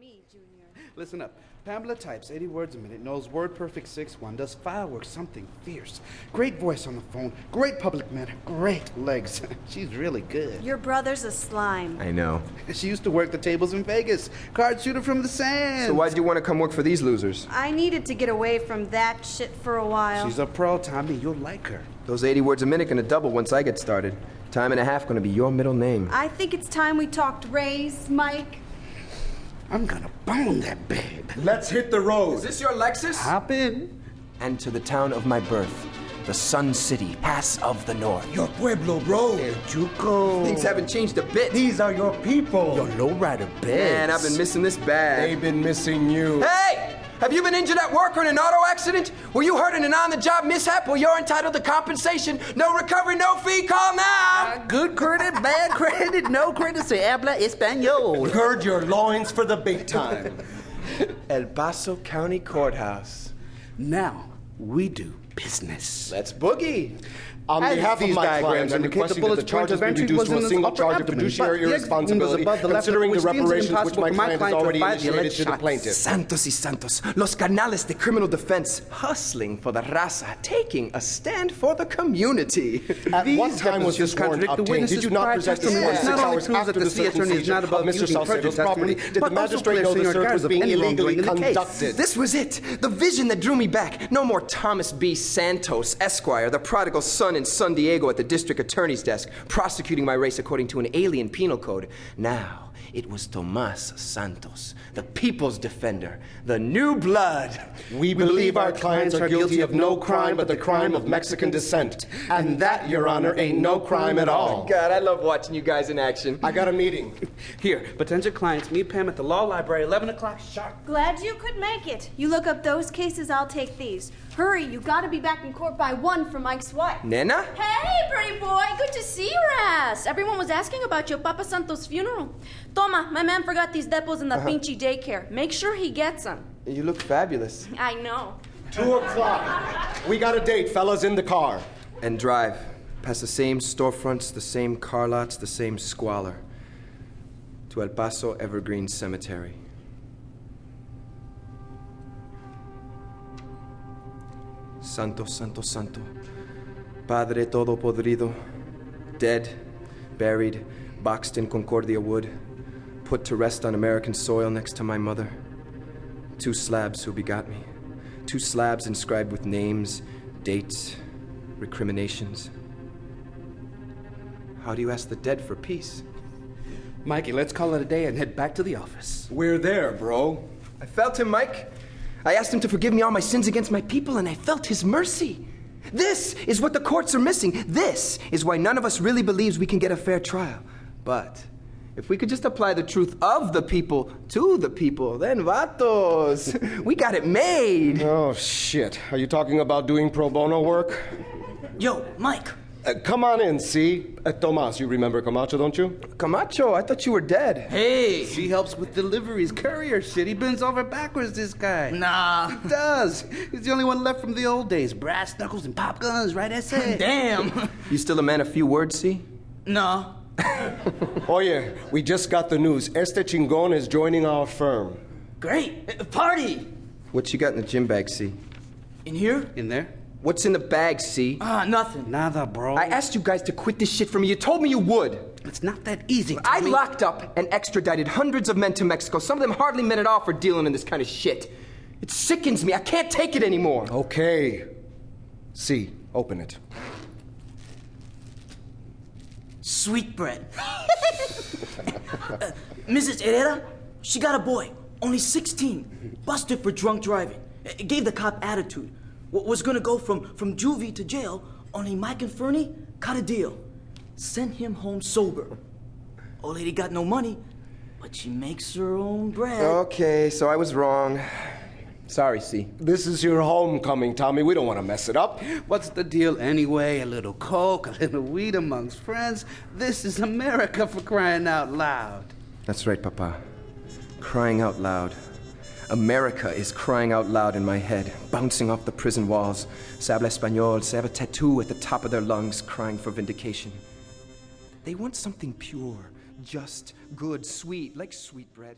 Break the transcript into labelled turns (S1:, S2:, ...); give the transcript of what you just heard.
S1: me, Junior.
S2: Listen up. Pamela types 80 words a minute, knows word perfect 6 1, does fireworks something fierce. Great voice on the phone, great public manner, great legs. She's really good.
S1: Your brother's a slime.
S3: I know.
S2: She used to work the tables in Vegas, card shooter from the sand.
S3: So why'd you want to come work for these losers?
S1: I needed to get away from that shit for a while.
S2: She's a pro, Tommy. You'll like her.
S3: Those 80 words a minute gonna double once I get started. Time and a half gonna be your middle name.
S1: I think it's time we talked Ray's, Mike.
S2: I'm gonna bone that babe.
S4: Let's hit the road.
S3: Is this your Lexus?
S2: Hop in.
S3: And to the town of my birth, the Sun City, Pass of the North.
S4: your pueblo, bro.
S2: Juco.
S3: Things haven't changed a bit.
S4: These are your people.
S2: Your lowrider bed.
S3: Man, I've been missing this bag.
S4: They've been missing you.
S3: Hey! Have you been injured at work or in an auto accident? Were you hurt in an on the job mishap? Well, you're entitled to compensation. No recovery, no fee. Call now!
S5: Good credit, bad credit, no credit, se habla español.
S4: Gird your loins for the big time.
S3: El Paso County Courthouse.
S2: Now we do business.
S3: Let's boogie.
S4: On
S2: As
S4: behalf of
S2: these
S4: my
S2: diagrams
S4: client, I'm
S2: indicate, the
S4: requesting that the
S2: bullet's point
S4: charges
S2: of
S4: be
S2: entry
S4: reduced
S2: was
S4: to a
S2: in
S4: single
S2: his
S4: charge
S2: upper
S4: of
S2: abdomen, but
S4: fiduciary
S2: the exit wound was
S4: irresponsibility,
S2: above the left,
S4: considering the
S2: which means it's
S4: reparations which
S2: impossible
S4: my
S2: for my
S4: client has
S2: client to
S4: already
S2: abide the
S4: initiated to the
S2: alleged
S4: plaintiff.
S3: Santos y Santos, los canales de criminal defense, hustling for the raza, taking a stand for the community.
S4: At
S2: These
S4: what time was
S2: depositions
S4: this warrant
S2: contradict the
S4: obtained? Did
S2: witnesses'
S4: you not
S2: prior
S4: possess this
S2: testimony,
S4: warrant
S2: which
S4: six
S2: not only
S4: hours
S2: proves
S4: after
S2: that the
S4: the
S2: city attorney is
S4: circumcision
S2: not
S4: of
S2: above
S4: Mr.
S2: using
S4: Salcedo's
S2: prejudice
S4: property?
S2: testimony,
S4: Did the
S2: but also
S4: magistrate know
S2: placing
S4: the
S2: our
S4: search
S2: guards
S4: was
S2: of
S4: being
S2: any
S4: illegally
S2: wrongdoing in the case?
S4: conducted?
S3: This was it, the vision that drew me back. No more Thomas B. Santos, Esquire, the prodigal son in San Diego at the district attorney's desk, prosecuting my race according to an alien penal code. Now, it was Tomas Santos, the people's defender, the new blood.
S4: We believe our clients are guilty of no crime but the crime of Mexican descent. And that, Your Honor, ain't no crime at all.
S3: Oh God, I love watching you guys in action.
S4: I got a meeting.
S2: Here, potential clients, meet Pam at the law library, 11 o'clock sharp.
S1: Glad you could make it. You look up those cases, I'll take these. Hurry, you gotta be back in court by one for Mike's wife.
S3: Nena?
S6: Hey, pretty boy, good to see your ass. Everyone was asking about your Papa Santo's funeral. Toma, my man forgot these depots in the pinchy daycare. Make sure he gets them.
S3: You look fabulous.
S6: I know.
S4: Two o'clock. We got a date, fellas, in the car.
S3: And drive. Past the same storefronts, the same car lots, the same squalor. To El Paso Evergreen Cemetery. Santo, Santo, Santo. Padre todo podrido. Dead, buried, boxed in Concordia wood. Put to rest on American soil next to my mother. Two slabs who begot me. Two slabs inscribed with names, dates, recriminations. How do you ask the dead for peace?
S2: Mikey, let's call it a day and head back to the office.
S4: We're there, bro.
S3: I felt him, Mike. I asked him to forgive me all my sins against my people, and I felt his mercy. This is what the courts are missing. This is why none of us really believes we can get a fair trial. But if we could just apply the truth of the people to the people, then vatos, we got it made.
S4: Oh, shit. Are you talking about doing pro bono work?
S5: Yo, Mike.
S4: Uh, come on in, see? Uh, Tomas, you remember Camacho, don't you?
S3: Camacho, I thought you were dead.
S5: Hey.
S2: She helps with deliveries, courier shit. He bends over backwards, this guy.
S5: Nah.
S2: He does. He's the only one left from the old days. Brass knuckles and pop guns, right, essay?
S5: Damn.
S3: You still a man of few words, see?
S5: nah.
S4: Oh yeah, we just got the news. Este Chingon is joining our firm.
S5: Great. Uh, Party.
S3: What you got in the gym bag, see?
S5: In here?
S2: In there?
S3: What's in the bag, see?
S5: Ah, nothing.
S2: Nada, bro.
S3: I asked you guys to quit this shit for me. You told me you would.
S2: it's not that easy.
S3: I
S2: Tommy.
S3: locked up and extradited hundreds of men to Mexico. Some of them hardly men at all for dealing in this kind of shit. It sickens me. I can't take it anymore.
S4: Okay. See, open it.
S5: Sweetbread. Uh, Mrs. Herrera, she got a boy, only 16, busted for drunk driving. Uh, Gave the cop attitude. W- Was gonna go from, from juvie to jail, only Mike and Fernie cut a deal. Sent him home sober. Old lady got no money, but she makes her own bread.
S3: Okay, so I was wrong. Sorry, C.
S4: This is your homecoming, Tommy. We don't want to mess it up.
S2: What's the deal anyway? A little coke, a little weed amongst friends. This is America for crying out loud.
S3: That's right, Papa. Crying out loud. America is crying out loud in my head, bouncing off the prison walls. Sable Espanol, Sable Tattoo at the top of their lungs, crying for vindication. They want something pure, just, good, sweet, like sweetbread.